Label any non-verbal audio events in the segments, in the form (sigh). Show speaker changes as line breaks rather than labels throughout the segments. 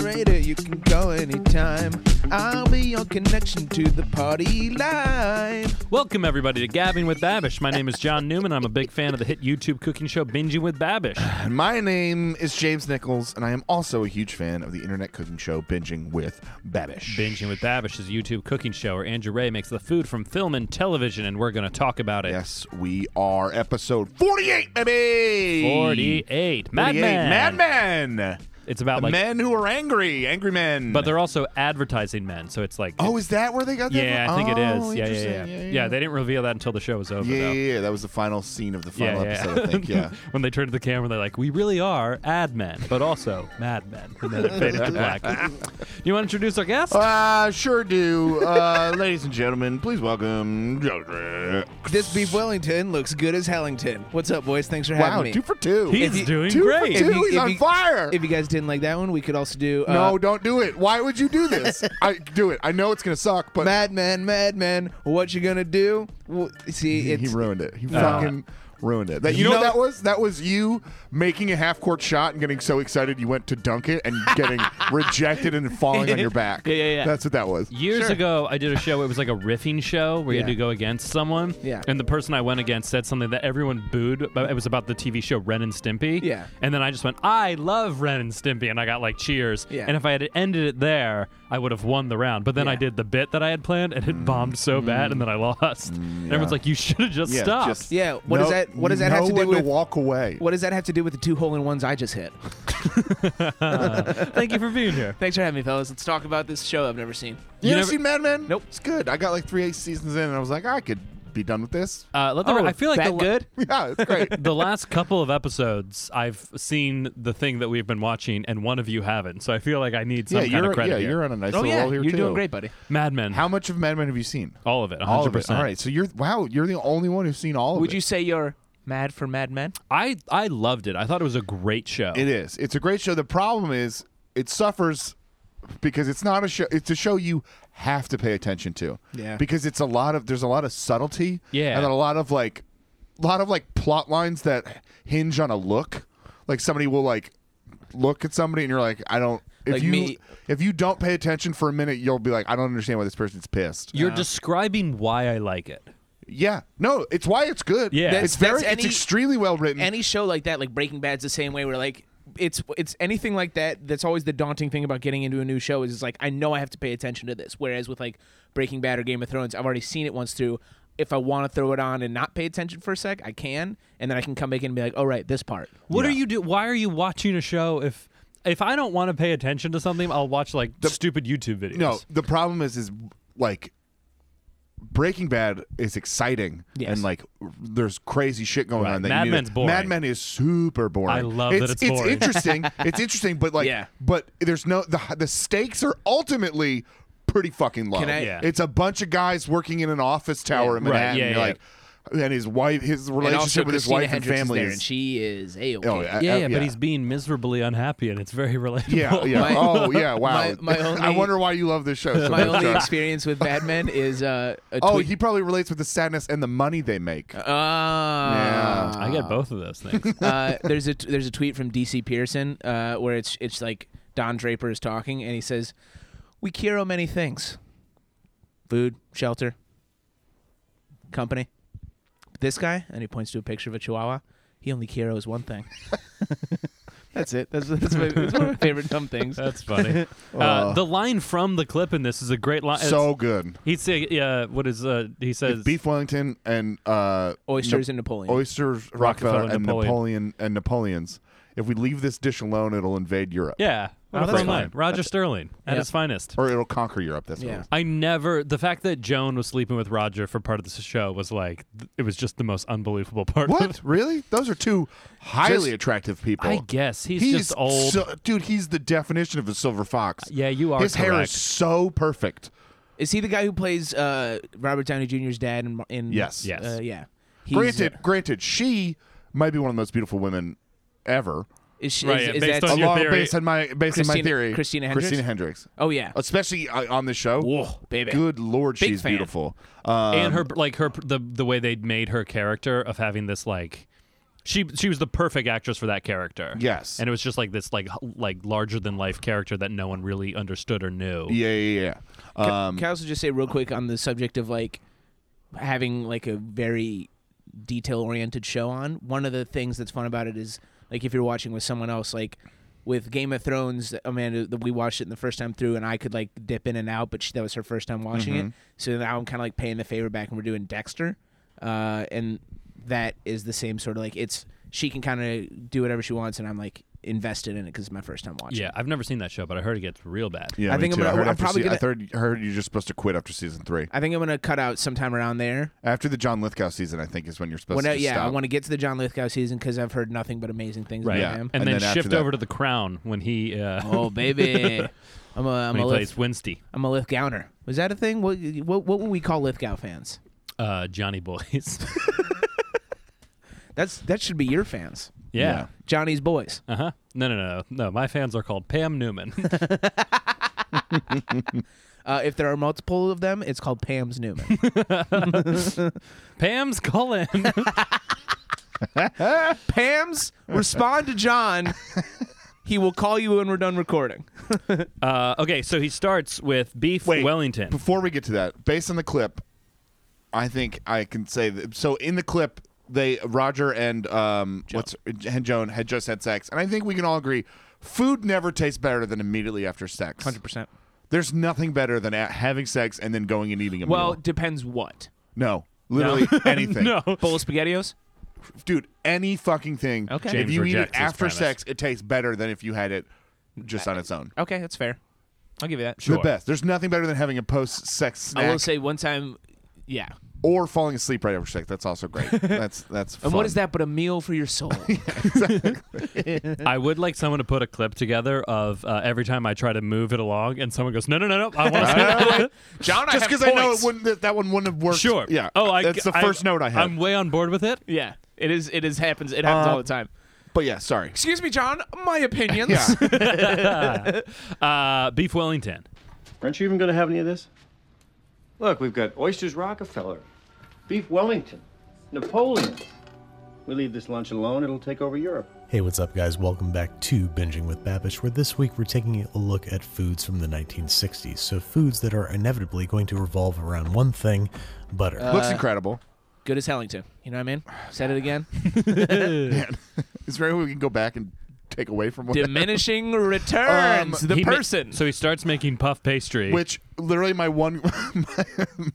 later, you can go anytime. I'll be your connection to the party line.
Welcome, everybody, to Gabbing with Babish. My name is John Newman. I'm a big fan of the hit YouTube cooking show Binging with Babish.
And my name is James Nichols, and I am also a huge fan of the internet cooking show Binging with Babish.
Binging with Babish is a YouTube cooking show where Andrew Ray makes the food from film and television, and we're going to talk about it.
Yes, we are episode 48, baby!
48. Madman.
Madmen!
It's about
The
like,
men who are angry, angry men.
but they're also advertising men, so it's like,
oh, is that where they got that?
yeah,
from?
I think it
Oh,
is. Yeah, yeah,
interesting.
yeah, yeah. they didn't reveal that until the show was over,
Yeah,
though.
yeah, yeah. That was the final scene of the final
yeah.
episode, I think. Yeah.
(laughs) when they turned to the camera, they're like, "We really are ad men, but also mad men." And then it faded to
(laughs)
black. you want to introduce our guest?
Uh, sure do. Uh, (laughs) ladies and gentlemen, please welcome Joe Drake.
This beef Wellington looks good as Hellington. What's up, boys? Thanks for having
Wow,
me.
two for two.
He's
If you-
doing
two
great.
for two.
If you-
He's
if
on
you-
fire.
if you guys didn't like that one, we could also do uh,
no, don't do it. Why would you do
(laughs)
this? I do it. I know it's gonna suck, but
Madman, Madman. What you gonna do? Well, see,
he,
it's
he ruined it. He fucking ruined it. That, you,
You
know, what
know-
that was? That was you making a half court shot and getting so excited you went to dunk it and
(laughs)
getting rejected and falling on your back.
Yeah, yeah, yeah.
That's what that was.
Years ago, I did a show. It was like a riffing show where you had
Yeah.
to go against someone.
Yeah.
And the person I went against said something that everyone booed. But it was about the TV show Ren and Stimpy.
Yeah.
And then I just went, I love Ren and Stimpy, and I got like cheers.
Yeah.
And if I had ended it there, I would have won the round. But then I
Yeah. Mm-hmm.
did the bit that I had planned, and it bombed so bad, and then I lost. And everyone's like, "You should have just
Yeah,
stopped."
just-
yeah. What does
No-
that? What does that
know
have to
when
do with?
walk away?
What does that have to do with the two hole in ones I just hit?
(laughs) Thank you for being
(laughs)
here.
Thanks for having me, fellas. Let's talk about this show I've never seen.
You,
You
ever
never-
seen Mad Men?
Nope.
It's good. I got like three seasons in, and I was like, I could be done with this. (laughs)
Uh, let the, I feel like
Oh, that
the, la-
good.
Yeah, it's
(laughs)
(laughs)
great.
the last couple of episodes, I've seen the thing that we've been watching, and one of you haven't. So I feel like I need
yeah,
some kind
you're
of credit.
yeah,
here.
you're on a nice
Oh
little
yeah,
roll here
you're
too.
doing great, buddy.
Mad Men.
How much of Mad Men have you seen?
all of it? 100%.
All of it. All right, so you're wow, you're the only one who's seen all of
Would
it.
you say you're mad for Mad Men?
I I loved it. I thought it was a great show.
It is. It's a great show. The problem is it suffers because it's not a show. It's a show you have to pay attention to.
Yeah.
Because it's a lot of there's a lot of subtlety.
Yeah.
And a lot of like, a lot of like plot lines that hinge on a look. Like somebody will like look at somebody and you're like, I don't. If
Like
you
me.
if you don't pay attention for a minute, you'll be like, I don't understand why this person's pissed.
You're describing why I like it.
yeah. No, it's why it's good.
Yeah. That's-
It's very.
that's
it's
any-
extremely well written.
any show like that, like Breaking Bad's the same way. Where like it's it's anything like that. That's always the daunting thing about getting into a new show is it's like I know I have to pay attention to this. Whereas with like Breaking Bad or Game of Thrones, I've already seen it once through. If I want to throw it on and not pay attention for a sec, I can, and then I can come back in and be like, "All right, this part."
What are you do? Why are you watching a show if if I don't want to pay attention to something, I'll watch like stupid YouTube videos.
No, the problem is, is like Breaking Bad is exciting
Yes.
and like r- there's crazy shit going
Right.
on. That
Mad
you need to-
Men's boring.
Mad Men is super boring.
I love that it's boring.
interesting.
(laughs)
it's interesting, but like,
Yeah.
but there's no the the stakes are ultimately pretty fucking low.
Can I-
Yeah.
It's a bunch of guys working in an office tower in
Right,
Manhattan.
yeah,
you're
yeah.
like, and his wife, his
And
relationship
also,
with his
Christina
wife
Hendricks
and family
is there,
is-
and she is a okay.
Oh, I-
Yeah,
I-
yeah, but he's being miserably unhappy, and it's very (laughs)
(laughs)
relatable.
(laughs) Yeah, yeah.
My-
oh, yeah. Wow.
my- my
(laughs) I
only-
wonder why you love this show. So
(laughs) My
much, (laughs)
only
John.
experience with Mad Men is uh, a
Oh,
tweet-
he probably relates with the sadness and the money they make.
Uh,
Ah.
I get both of those
(laughs)
things.
uh, there's a there's a tweet from DC Pearson uh, where it's it's like Don Draper is talking and he says, "We cure many things: food, shelter, company. This guy, and he points to a picture of a Chihuahua. He only cures one thing. (laughs) that's it. That's that's, my, that's one of my (laughs) favorite dumb things.
That's
(laughs)
funny. Uh, the line from the clip in this is a great line.
Oh. so good.
he say, "Yeah, what is uh, he says?"
Beef Wellington and uh,
Oysters and
Nap-
Napoleon.
oysters, Rockefeller,
Rockefeller,
and Napoleon.
Napoleon.
and Napoleons. If we leave this dish alone, it'll invade Europe.
Yeah,
Oh,
what a
that's
fun line.
fine.
Roger Sterling at
Yeah.
his finest.
Or it'll conquer Europe. That's what
Yeah.
it is.
I never the fact that Joan was sleeping with Roger for part of the show was like th- it was just the most unbelievable (laughs) part. Of
What?
it.
Really? Those are two highly
Just-
attractive people.
I guess he's, just old. Uh,
so- dude, he's the definition of a silver fox.
yeah, you are.
His hair
correct.
is so perfect.
Is he the guy who plays uh, Robert Downey Jr.'s dad? In, in
Yes.
Yes.
uh, yeah. He's, uh,
Granted, granted, she might be one of the most beautiful women ever.
is, she,
Right,
is,
yeah,
is
based
that,
on your
Along
theory-
based on my based on my
Christina-
theory,
Christina
Christina Hendricks.
oh yeah,
especially uh, on the show.
Whoa, baby.
Good lord,
Big
she's
fan.
beautiful. Um,
and her like her the the way they made her character of having this like she she was the perfect actress for that character.
Yes.
and it was just like this like h- like larger than life character that no one really understood or knew.
Yeah, yeah, yeah. Um,
Can I also just say real quick on the subject of like having like a very detail oriented show on? One of the things that's fun about it is like if you're watching with someone else, like with Game of Thrones, Amanda, that we watched it the first time through, and I could like dip in and out, but she, that was her first time watching it. So now I'm kind of like paying the favor back, and we're doing Dexter, uh, and that is the same sort of like it's she can kind of do whatever she wants, and I'm like invested in it because it's my first time watching.
Yeah, I've never seen that show, but I heard it gets real bad.
yeah,
I
me
think I'm
too.
gonna-
heard
I'm
after
probably
se- I heard, heard you're just supposed to quit after season three.
I think I'm gonna cut out sometime around there.
After the John Lithgow season, I think is when you're supposed
When
to
I,
just
yeah, I
stop.
want to get to the John Lithgow season because I've heard nothing but amazing things
Right,
Yeah.
about him.
and,
And
then,
then after
shift
that-
over to the Crown when he uh,
Oh baby, (laughs) I'm a I'm
when he
a
plays
Lith,
Winsty,
I'm a Lithgowner. Was that a thing? What what what would we call Lithgow fans?
uh, Johnny Boys. (laughs)
That's that should be your fans,
yeah.
Johnny's boys.
Uh huh. No, no, no, no. My fans are called Pam Newman. (laughs)
Uh, if there are multiple of them, it's called Pam's (laughs) Newman.
Pam's calling. (laughs)
Pam's respond to John. He will call you when we're done recording.
uh, okay, so he starts with beef
Wait,
Wellington.
Before we get to that, based on the clip, I think I can say that, so. In the clip, they Roger and um, what's and Joan had just had sex, and I think we can all agree, food never tastes better than immediately after sex.
percent.
There's nothing better than a- having sex and then going and eating a
Well,
meal.
depends what.
No, literally anything.
no. (laughs)
Bowl of spaghettios.
dude, any fucking thing.
Okay.
if
James
you eat it
rejects this
after
premise.
sex, it tastes better than if you had it just on its own.
Okay, that's fair. I'll give you that.
Sure.
The best. There's nothing better than having a post-sex
I will
snack
say one time, yeah.
or falling asleep right after sex. That's also
(laughs)
great. that's that's.
And
Fun.
what is that but a meal for your (laughs) soul?
I would like someone to put a clip together of uh, every time I try to move it along, and someone goes, "No, no, no, no, I want to."
John,
Just
have
because I know it
points.
wouldn't, that, that one wouldn't have worked.
sure.
Yeah.
Oh, I,
that's the
I-
first note I had.
I'm way on board with it.
Yeah, it is. It is happens. It happens
Uh,
all the time.
but yeah, sorry.
Excuse me, John. My opinions.
Yeah.
Uh, beef Wellington.
Aren't you even going to have any of this?
Look, we've got oysters Rockefeller, beef Wellington, Napoleon.
We leave this lunch alone, it'll take over Europe.
Hey, what's up, guys? Welcome back to Binging with Babish, where this week we're taking a look at foods from the 1960s. So, foods that are inevitably going to revolve around one thing butter.
Looks incredible.
(laughs) Good as Hellington. You know what I mean? Said it
(laughs)
again.
Is there any way we can go back and take away from what?
Diminishing returns.
Um,
the
He ma-
person.
so he starts making puff pastry.
Which literally my one (laughs) my,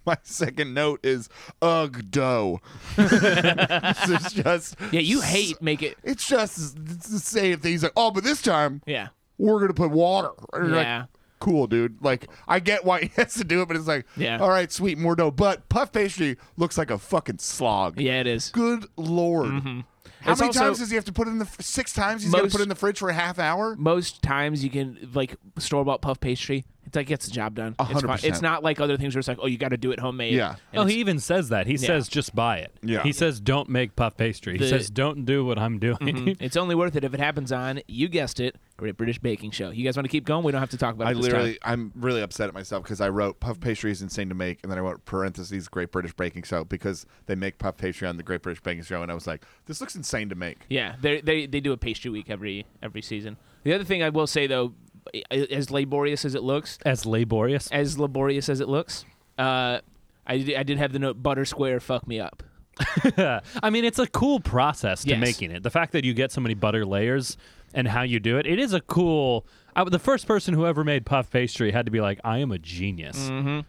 my second note is ugh dough. (laughs) it's just
yeah, you hate make it.
It's just it's the same thing. He's like, oh, but this time
Yeah.
we're gonna put water. And you're like,
Yeah.
cool, dude. Like, I get why he (laughs) has to do it, but it's like,
Yeah.
all right, sweet, more dough. But puff pastry looks like a fucking slog.
Yeah, it is.
Good lord. How
It's
many
also-
times does he have to put it in the fr- six times? He's got to
Most-
put it in the fridge for a half hour.
Most times you can like store bought puff pastry. It like gets the job done.
A
It's
hundred
fine.
percent.
It's not like other things where it's like, oh, you got to do it homemade.
Yeah.
Oh, he even says that. He says just buy it.
Yeah.
He says don't make puff pastry.
The-
he says don't do what I'm doing.
It's only worth it if it happens on. You guessed it. Great British Baking Show. You guys want to keep going? We don't have to talk about.
I
it this
literally,
Time.
I'm really upset at myself because I wrote puff pastry is insane to make, and then I wrote parentheses Great British Baking Show because they make puff pastry on the Great British Baking Show, and I was like, this looks insane to make.
Yeah, they they they do a pastry week every every season. The other thing I will say though, i- as laborious as it looks,
(laughs) As laborious.
as laborious as it looks, uh, I did, I did have the note butter square fuck me up.
(laughs) I mean, it's a cool process to
Yes.
making it. The fact that you get so many butter layers and how you do it, it is a cool. I, the first person who ever made puff pastry had to be like, I am a genius.
Mm-hmm.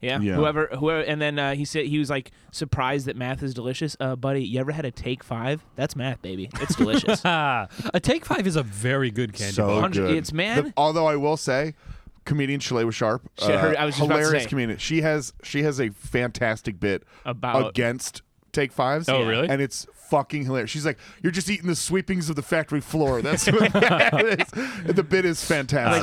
Yeah.
Yeah.
Whoever whoever and then uh, he said he was like surprised that math is delicious. Uh, buddy, you ever had a take five? That's math, baby. It's
(laughs)
delicious.
Ah, (laughs) a take five is a very good candy
So
bar.
Hundred-
good.
it's man.
The- although I will say, comedian Shalewa Sharp, uh,
She- her- I was just about to
hilarious
say.
comedian. She has she has a fantastic bit
About-
against take fives.
Oh, really?
And it's fucking hilarious. She's like, "You're just eating the sweepings of the factory floor." That's what (laughs) that is. the bit is fantastic.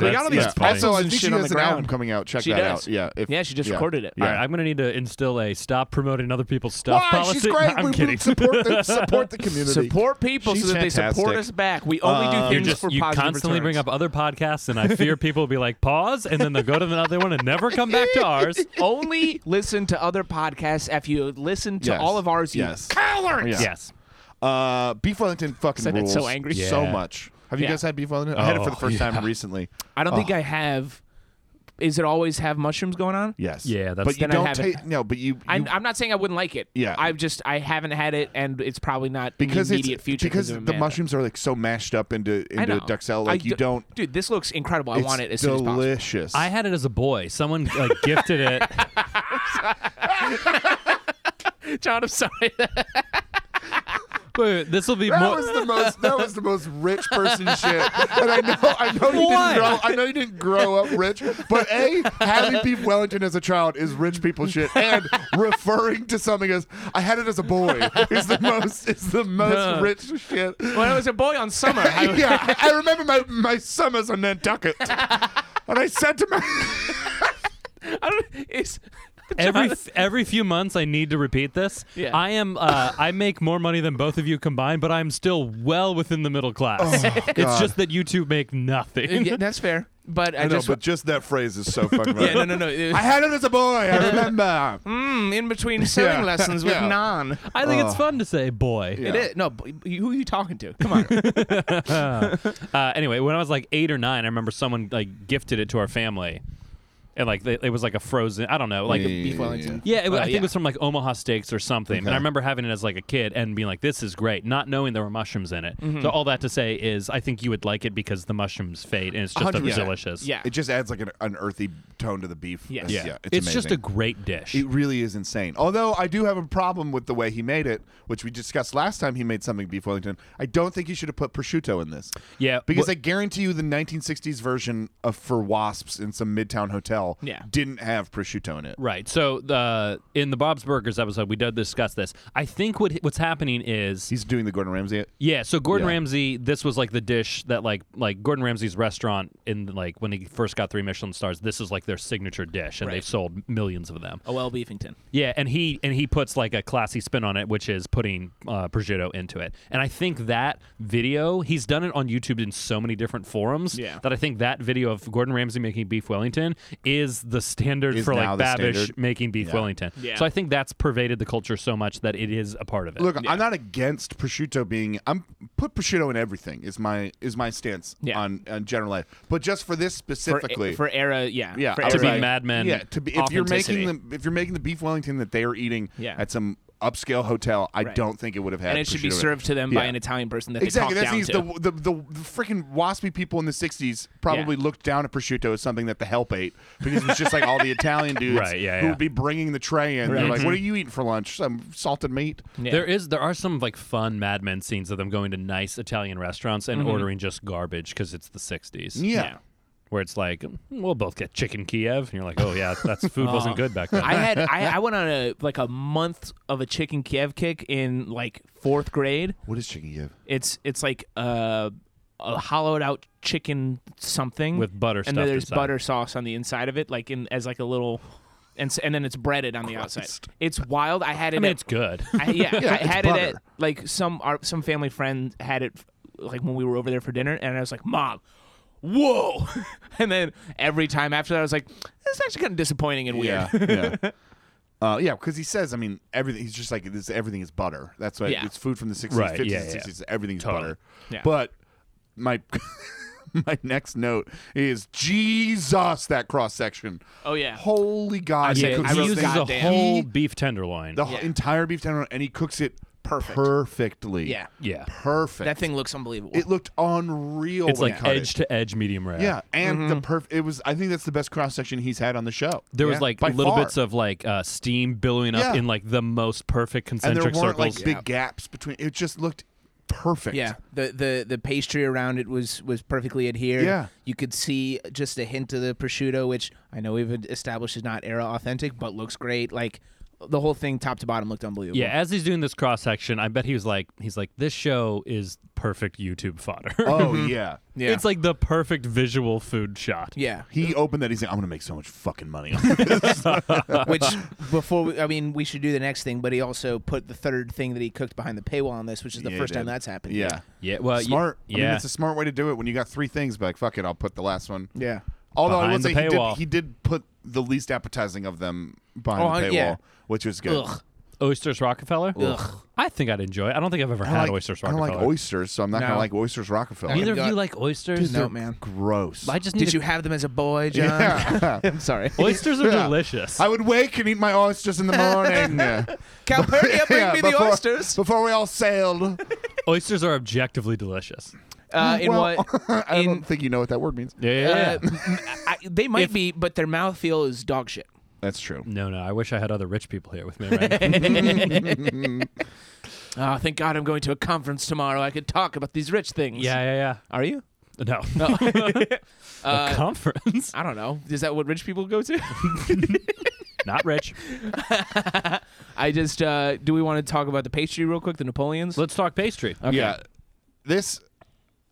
Like, we got all these That's funny.
also, I
pretzels and
think she
shit on
has
the
an album
ground.
coming out. Check
She
that
does.
out. Yeah, if-
yeah, she just
yeah.
recorded it.
Yeah.
All right, I'm gonna need to instill a stop promoting other people's stuff
Why?
policy.
She's
(laughs)
great.
I'm
we
kidding. (laughs)
support
(laughs)
the support the community.
Support people
She's
so that they support
fantastic.
us back. We only do
Um,
things
You just
for
you
positive
constantly
returns.
bring up other podcasts, and I fear people will be like pause, and then they'll go to another one and never come back to
(laughs)
ours.
(laughs) only listen to other podcasts after you listen to
Yes.
all of ours. You
Yes.
cowards!
Yeah.
Yes.
Uh, beef Wellington fucking
Sounded
rules
so angry.
so
Yeah.
much. Have you
Yeah.
guys had beef Wellington? I had it for the
Oh,
first
yeah.
time recently.
I don't
Oh.
think I have. Is it always have mushrooms going on?
Yes.
Yeah, that's-
but you
Then I
don't
haven't-
take no, but you, you
I, I'm not saying I wouldn't like it.
Yeah.
I've just I haven't had it, and it's probably not
because
in the immediate
it's
future
because
of
the
Amanda.
mushrooms are like so mashed up into
I
into
know.
Duxelle,
I
like you
d-
don't.
Dude, this looks incredible. I
it's
want it as soon as possible.
delicious.
I had it as a boy. Someone like gifted
(laughs)
it.
(laughs) John, I'm sorry. (laughs)
Wait, this will be
That
more.
was the most. That was the most rich
(laughs)
person shit. And I know, I know you
Why?
didn't grow. I know you didn't grow up rich. But a having beef Wellington as a child is rich people shit. And referring to something as I had it as a boy is the most. Is the most
Huh.
rich shit.
when I was a boy on summer, I was-
(laughs) yeah, I remember my my summers on Nantucket. And I said to my
I don't,
(laughs)
it's,
every f- every few months I need to repeat this.
Yeah.
I am uh, I make more money than both of you combined, but I'm still well within the middle class. it's
God.
just that you two make nothing.
yeah, that's fair. But I,
I know,
just
but just that phrase is so fucking.
yeah,
right.
no, no, no. It
I
was,
had it as a
(laughs)
boy. I remember.
mm, in between sewing
(laughs) Yeah.
lessons with
Yeah.
non.
I think it's fun to say boy.
Yeah.
It is no. b- Who are you talking to? Come on.
(laughs)
Uh, anyway, when I was like eight or nine, I remember someone like gifted it to our family, and like they, it was like a Uh, frozen. I don't know, like. Yeah.
Beef Wellington.
it was,
Oh,
I think
yeah.
it was from like Omaha Steaks or something. And I remember having it as like a kid and being like, this is great, not knowing there were mushrooms in it. So, all that to say is, I think you would like it because the mushrooms fade and it's just
100%.
delicious.
Yeah.
It just adds like an, an earthy tone to the beef.
Yes.
It's-
Yeah,
it's,
just a
amazing.
great dish.
It really is insane. Although I do have a problem with the way he made it, which we discussed last time he made something beef Wellington. I don't think he should have put prosciutto in this.
Yeah,
because
wha-
I guarantee you the 1960s version of For Wasps in some midtown hotel
Yeah.
didn't have prosciutto in it.
right. So the in the Bob's Burgers episode, we did discuss this. I think what what's happening is
He's doing the Gordon Ramsay.
yeah. So Gordon
Yeah.
Ramsay, this was like the dish that like like Gordon Ramsay's restaurant in like when they first got three Michelin stars. This is like their signature dish, and
Right.
they've sold millions of them.
Oh well, Beefington.
Yeah, and he and he puts like a classy spin on it, which is putting uh, prosciutto into it. And I think that video he's done it on YouTube in so many different forums
Yeah.
that I think that video of Gordon Ramsay making beef Wellington is the standard
Is
for
now
like
the
Babish
standard.
making beef Wellington.
Yeah.
So I think that's pervaded the culture so much that it is a part of it.
Look, I'm not against prosciutto being. I'm put prosciutto in everything. Is my is my stance
Yeah.
on, on general life. But just for this
For,
specifically,
for era, yeah.
Yeah,
For
I
era,
to be
Right.
Mad Men.
Yeah, to be if you're making
authenticity.
the if you're making the beef Wellington that they are eating
Yeah.
at some upscale hotel, I
Right.
don't think it would have had.
and it should be
prosciutto in
served to them by
Yeah.
an Italian person that
Exactly.
they
That's
talk
the,
down to.
the the the, the freaking waspy people in the '60s probably
Yeah.
looked down at prosciutto as something that the help ate because it was just like all
(laughs)
the Italian dudes
Right, yeah,
who
yeah.
would be bringing the tray in. They're
Right. Mm-hmm.
like, "What are you eating for lunch? Some salted meat."
Yeah.
There is there are some like fun Mad Men scenes of them going to nice Italian restaurants and ordering just garbage because it's the '60s.
Yeah.
where it's like "Mm, we'll both get chicken Kiev, and you're like, oh yeah, that's (laughs) food wasn't good back then.
I
(laughs)
had I, I went on a like a month of a chicken Kiev kick in like fourth grade.
What is chicken give?
It's it's like uh, a hollowed out chicken something
With butter
and
stuffed
then there's
inside.
butter sauce on the inside of it, like in as like a little, and s- and then it's breaded on the outside. It's wild. I had it.
I mean,
at-
it's
(laughs)
good.
I, yeah, I
it's
had it at
butter.
like some our some family friend had it like when we were over there for dinner, and I was like, "Mom, whoa!" (laughs) and then every time after that, I was like, "It's actually kind of disappointing and weird."
Yeah.
(laughs)
yeah. Uh, yeah, because he says, I mean, everything. He's just like this. Everything is butter. That's why
Yeah.
it's food from the sixties,
Right,
fifties,
yeah, yeah.
sixties. Everything's
Totally.
butter.
Yeah.
But my (laughs) my next note is Jesus. That cross section.
Oh, yeah.
Holy God!
said
he cooks
I
he
those
wrote
uses
things-
a
goddamn.
whole beef tenderloin.
the
Yeah.
entire beef tenderloin, and he cooks it
Perfect.
perfectly.
Yeah.
yeah,
perfect.
(laughs) That thing looks unbelievable.
It looked unreal.
it's
when
like
he cut it.
edge to edge medium rare.
Yeah, and the
Mm-hmm.
perfect. It was. I think that's the best cross section he's had on the show.
There was
Yeah.
like
By
little
far.
bits of like uh, steam billowing up
Yeah.
in like the most perfect concentric
and there weren't
circles.
like big gaps between. It just looked perfect.
yeah, the, the the pastry around it was was perfectly adhered.
Yeah.
you could see just a hint of the prosciutto, which I know we've established is not era authentic, but looks great. Like the whole thing, top to bottom, looked unbelievable.
yeah, as he's doing this cross section, I bet he was like, he's like, this show is perfect YouTube fodder. (laughs)
Oh yeah.
yeah,
It's like the perfect visual food shot.
yeah.
He opened that. He's like, I'm gonna make so much fucking
(laughs)
money. on this." (laughs)
Which before we, I mean, we should do the next thing, but he also put the third thing that he cooked behind the paywall on this, which is the
Yeah, he
first time
did.
that's happened.
yeah.
Yeah,
Uh,
well, y-
smart. I mean,
yeah.
it's a smart way to do it when you got three things. But like, fuck it, I'll put the last one.
yeah.
Although I will
Behind
say
the
he did,
paywall.
he did put the least appetizing of them behind
Oh,
the paywall,
yeah.
which was good.
Ugh.
oysters Rockefeller.
Ugh.
I think I'd enjoy it. I don't think I've ever
I
had
like,
oysters
I don't
Rockefeller.
like oysters, so I'm not
No.
gonna like oysters Rockefeller.
Neither of
God.
you like oysters.
Dude, no,
They're
man.
(laughs)
Gross. (laughs)
I just need
Did
to-
you have them as a boy, John?
Yeah.
I'm sorry. (laughs)
oysters are
Yeah.
delicious.
I would wake and eat my oysters in the
(laughs)
morning.
Calpurnia, bring
Yeah,
me
before-
the oysters.
before we all sailed.
oysters are objectively delicious.
Uh, in
Eh, Well, (laughs)
what?
I
in,
don't think you know what that word means.
Yeah.
uh,
(laughs)
I, they might be, but their mouthfeel is dog shit.
That's true.
no, no. I wish I had other rich people here with me (laughs) right now.
Ah, thank God I'm going to a conference tomorrow. I could talk about these rich things.
yeah, yeah,
Are you?
yeah. (laughs) No.
No.
a conference.
I don't know. Is that what rich people go (laughs) to?
(laughs) Not rich.
I just uh, do. We want to talk about the pastry real quick. The Napoleons.
Let's talk pastry.
Okay.
Yeah. This,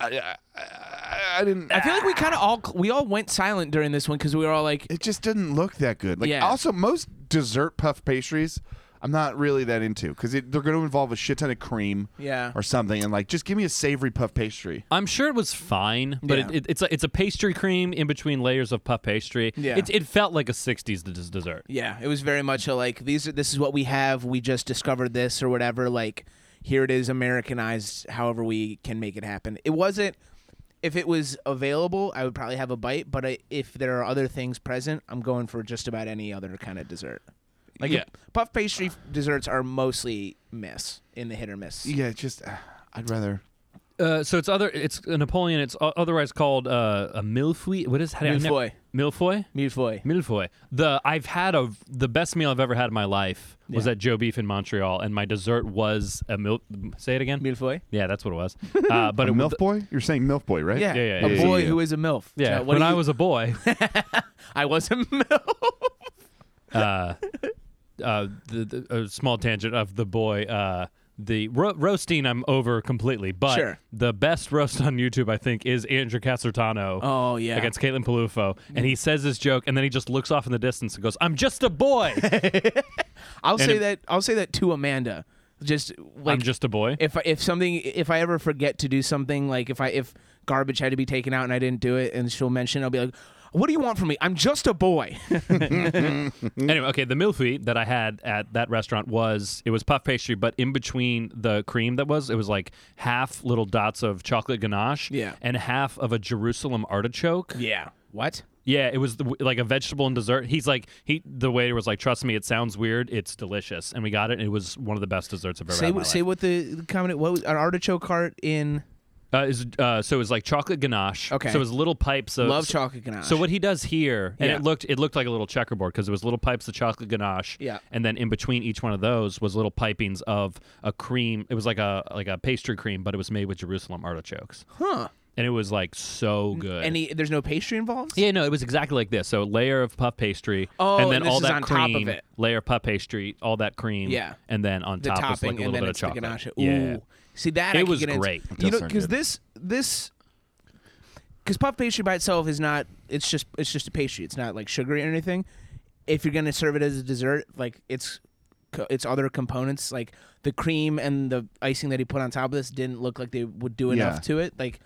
I, I- I, I didn't.
I feel like we kind of all we all went silent during this one because we were all like,
it just didn't look that good. Like
Yeah.
also most dessert puff pastries, I'm not really that into because they're going to involve a shit ton of cream,
Yeah.
or something, and like just give me a savory puff pastry.
I'm sure it was fine, but it,
Yeah.
it, it's a, it's a pastry cream in between layers of puff pastry.
Yeah.
It, it felt like a 60s d- dessert.
yeah, it was very much a like these. Are, this is what we have. We just discovered this or whatever. Like here it is, Americanized. However, we can make it happen. It wasn't. If it was available, I would probably have a bite. But I, if there are other things present, I'm going for just about any other kind of dessert. Like
Yeah.
puff pastry f- desserts are mostly miss in the hit or miss.
Yeah, it's just (sighs) uh, I'd rather.
Uh, so it's other it's a Napoleon. It's o- otherwise called uh, a milfoy. What is how do you- I nev-
Milfoy.
Milfoy.
Milfoy.
Milfoy. The I've had a the best meal I've ever had in my life was at Joe Beef in Montreal, and my dessert was a mil. Say it again.
Milfoy.
yeah, that's what it was.
(laughs)
Uh, but
A
it was
milf boy? You're saying milf boy, right?
Yeah,
Yeah, yeah,
a
yeah,
boy
yeah, yeah.
who is a milf.
Yeah,
So what
when
do
I
you-
was a boy,
(laughs) I was a milf.
uh, uh, the, the a small tangent of the boy. Uh, the ro- roasting I'm over completely, but
Sure.
the best roast on YouTube I think is Andrew Casertano.
Oh, yeah. Mm.
against Caitlin Palufo, and he says this joke, and then he just looks off in the distance and goes, "I'm just a
(laughs)
boy.
I'll say
it-
that. I'll say that to Amanda. Just like
I'm just a boy."
if I- if something if I ever forget to do something like if I if garbage had to be taken out and I didn't do it and she'll mention I'll be like, what do you want from me? I'm just a boy. (laughs)
Anyway, okay, the milfoy that I had at that restaurant was it was puff pastry, but in between the cream that was, it was like half little dots of chocolate ganache,
Yeah.
and half of a Jerusalem artichoke.
yeah. What?
Yeah, it was the, like a vegetable and dessert. He's like he the waiter was like, "Trust me, it sounds weird, it's delicious," and we got it. and It was one of the best desserts I've ever
Say
had. in my
what? Say
life.
what the, the comment? What was an artichoke heart in?
Uh, is, uh, so it was like chocolate ganache.
Okay.
So it was little pipes of
Love chocolate ganache.
So what he does here, and
Yeah.
it looked it looked like a little checkerboard because it was little pipes of chocolate ganache.
Yeah.
And then in between each one of those was little pipings of a cream. It was like a like a pastry cream, but it was made with Jerusalem artichokes,
Huh?
and it was like so good.
Any? There's no pastry involved.
yeah, no, it was exactly like this. So layer of puff pastry,
Oh,
and then
and this
all
is
that
on top of
cream,
it.
layer of puff pastry, all that cream,
Yeah.
and then on
the
top is
topping
like a little
and then
bit
it's
of chocolate.
the ganache. Ooh,
Yeah,
see that
It
I could
was
get into-
great. It
does
You know,
sound
because
good.
this this because puff pastry by itself is not. It's just it's just a pastry. It's not like sugary or anything. If you're gonna serve it as a dessert, like it's co- it's other components like the cream and the icing that he put on top of this didn't look like they would do enough
Yeah.
to it. Like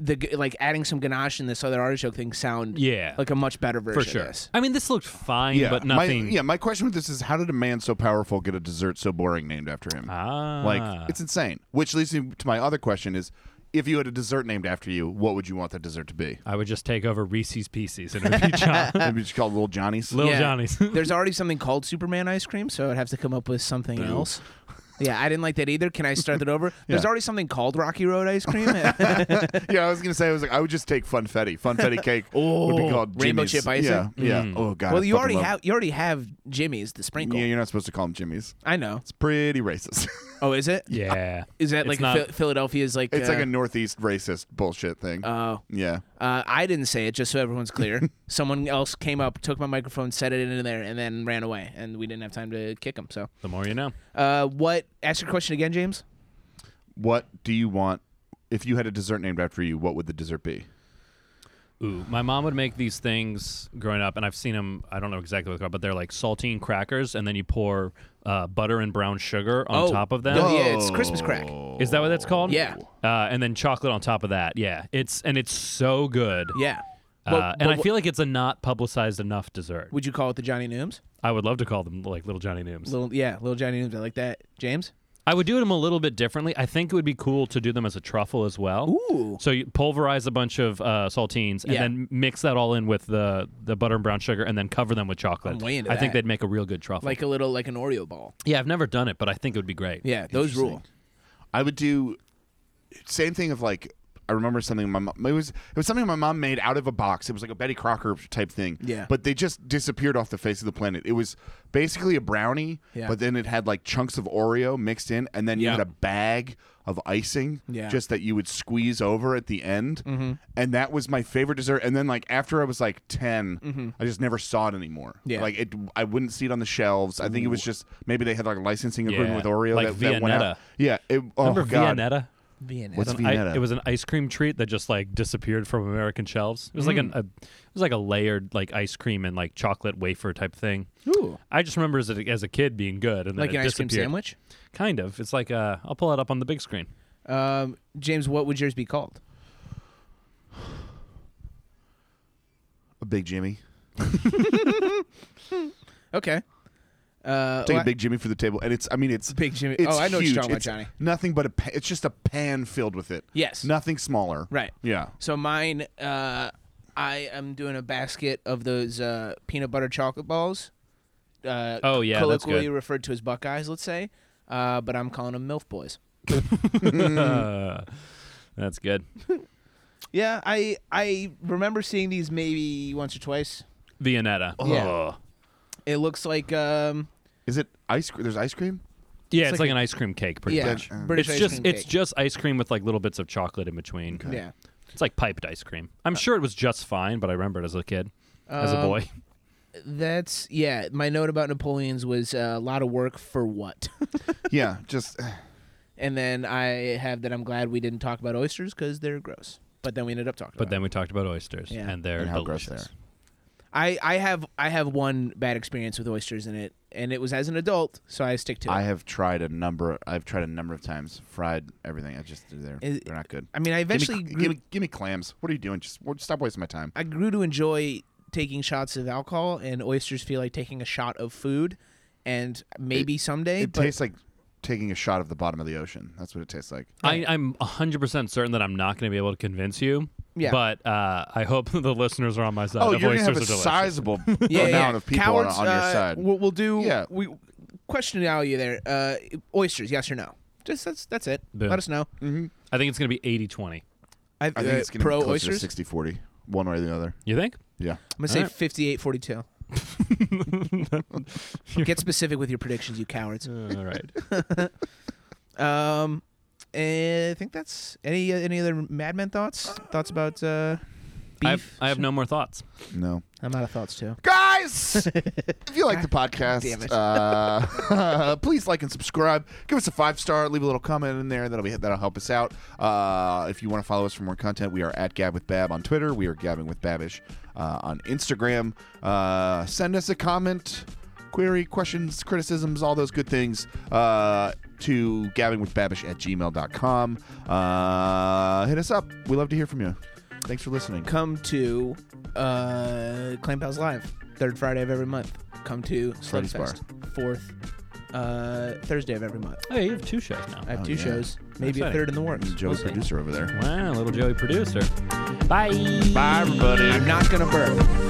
the g- like adding some ganache and this other artichoke thing sound
Yeah.
like a much better version
for sure.
of this.
I mean, this looked fine,
Yeah,
but nothing.
My, yeah, my question with this is, how did a man so powerful get a dessert so boring named after him?
Ah.
Like it's insane. Which leads me to my other question: is if you had a dessert named after you, what would you want that dessert to be?
I would just take over Reese's Pieces and it would be
(laughs)
John.
Uh,
Maybe just call it Little Johnny's.
Little (laughs) Johnny's.
There's already something called Superman ice cream, so I'd have to come up with something else. Yeah, I didn't like that either. Can I start that
(laughs)
over? There's already something called Rocky Road ice cream. (laughs)
yeah, I was gonna say I was like I would just take
(laughs)
funfetti. Funfetti cake would be called
rainbow
Jimmy's.
chip icing?
Yeah, yeah.
Mm.
Oh god.
well,
I
you
fucking
already
love-
have you already have Jimmy's the sprinkle.
Yeah, you're not supposed to call them Jimmy's.
I know.
It's pretty racist. (laughs)
Oh, is it?
yeah.
Is that
It's
like
not-
Phil- Philadelphia's like?
it's
uh,
like a northeast racist bullshit thing.
Oh.
yeah.
Uh, I didn't say it, just so everyone's
(laughs)
clear. Someone else came up, took my microphone, set it in there, and then ran away. And we didn't have time to kick him. So,
the more you know.
uh, what? Ask your question again, James.
What do you want? If you had a dessert named after you, what would the dessert be?
Ooh, my mom would make these things growing up, and I've seen them. I don't know exactly what they're called, but they're like saltine crackers, and then you pour uh, butter and brown sugar on
Oh,
top of
no,
them.
yeah, it's Christmas crack.
Is that what that's called?
Yeah.
Uh, and then chocolate on top of that. Yeah. It's and it's so good.
Yeah.
uh,
But- but
and I
wh-
feel like it's a not publicized enough dessert.
Would you call it the Johnny Nooms?
I would love to call them like little Johnny Nooms.
Little, yeah, little Johnny Nooms. I like that. James.
I would do them a little bit differently. I think it would be cool to do them as a truffle as well.
Ooh.
So you pulverize a bunch of uh, saltines and
Yeah.
then mix that all in with the, the butter and brown sugar and then cover them with chocolate.
I'm way into
I think
that.
they'd make a real good truffle.
Like a little, like an Oreo ball.
yeah, I've never done it, but I think it would be great.
Yeah, those rule.
I would do same thing of like I remember something my mom it was it was something my mom made out of a box. It was like a Betty Crocker type thing.
Yeah.
But they just disappeared off the face of the planet. It was basically a brownie,
Yeah.
but then it had like chunks of Oreo mixed in, and then you
Yeah.
had a bag of icing
Yeah. Mm-hmm.
just that you would squeeze over at the end. And that was my favorite dessert. And then like after I was like 10 I just never saw it anymore.
Mm-hmm. Yeah.
Like it I wouldn't see it on the shelves. I think it was just maybe they had like a licensing agreement
Yeah.
with Oreo
Like
that, that went
Viennetta.
out. Yeah. It, oh
Remember
God.
Viennetta?
What's
It's an i-
Viennetta?
it was an ice cream treat that just like disappeared from American shelves. It was like
Mm.
an a, it was like a layered like ice cream and like chocolate wafer type thing.
Ooh.
I just remember as a, as a kid being good and then
Like
it
an ice cream
disappeared.
sandwich.
Kind of. It's like uh, I'll pull it up on the big screen.
Um, James, what would yours be called?
a big Jimmy.
Okay. Uh,
Take
well,
a big Jimmy for the table, and it's. I mean, it's
Big Jimmy.
It's
Oh, I know what you're
huge.
talking about,
It's
Johnny.
Nothing but a. Pa- it's just a pan filled with it.
Yes.
Nothing smaller.
Right.
Yeah.
So mine, uh, I am doing a basket of those uh, peanut butter chocolate balls. Uh,
Oh, yeah, that's
colloquially
good.
referred to as Buckeyes, let's say, uh, but I'm calling them MILF boys.
Mm-hmm.
Uh, That's good.
Yeah, I I remember seeing these maybe once or twice.
Viennetta.
Yeah.
Ugh.
It looks like um
Is it ice? cre- There's ice cream.
Yeah, it's, like, an ice cream cake pretty
yeah
much.
uh,
British
it's
ice
just
cream
it's
cake.
just ice cream with like little bits of chocolate in between.
yeah.
It's like piped ice cream. I'm sure it was just fine, but I remember it as a kid, as a
Um,
boy.
That's yeah. My note about Napoleon's was uh, a lot of work for what, (laughs)
yeah. (laughs) Just.
and then I have that I'm glad we didn't talk about oysters because they're gross. But then we ended up talking.
But
about
then we talked about oysters,
Yeah.
and they're
And how gross
delicious.
they
I, I have I have one bad experience with oysters in it, and it was as an adult, so I stick to it.
I have tried a number. I've tried a number of times. Fried everything. I just they're
Is-
they're not good.
I mean, I
Give me-
eventually
give me,
grew,
give me, clams. What are you doing? Just what- stop wasting my time.
I grew to enjoy taking shots of alcohol, and oysters feel like taking a shot of food, and maybe someday.
It
but
tastes like taking a shot of the bottom of the ocean. That's what it tastes
Uh,
like.
I, I'm 100% certain that I'm not going to be able to convince you.
Yeah.
But uh, I hope (laughs) the listeners are on my side.
oh,
of
you're gonna
oysters
have a
are delicious.
sizable
(laughs) yeah,
amount
yeah, yeah.
of people on-
Cowards,
on, your
uh,
side.
We'll, we'll do.
Yeah.
We question you there. Uh, oysters, yes or no? Just that's that's it.
Boom.
Let us know. uh,
I think it's going to be 80 20.
I think it's gonna
pro
be closer
oysters.
to 60 40, one way or the other.
You think?
Yeah.
I'm gonna say
Alright.
58
(laughs)
42. Get specific with your predictions, you cowards.
All right.
Um, and I think that's any any other Mad Men thoughts? Thoughts about uh,
I have,
beef?
I have no more thoughts.
No.
I'm out of thoughts too.
guys (laughs) if
(laughs)
you like the
Damn
podcast
it.
uh, (laughs) please like and subscribe give us a five star leave a little comment in there that'll be that'll help us out uh, if you want to follow us for more content we are at gab with bab on twitter we are gabbing with babish uh, on instagram uh, send us a comment query questions criticisms all those good things uh, to gabbingwithbabish at gmail.com uh, hit us up we love to hear from you thanks for listening
Come to uh, Clam Pals Live, third Friday of every month. Come to
Freddy's
Slugfest, fourth uh, Thursday of every month.
Hey, you have two shows now.
I have
Oh,
two
yeah.
shows, maybe a
Exciting.
third in the works.
joe's
We'll see.
producer over there
Wow, little Joey producer. Bye.
bye everybody
I'm not gonna burp.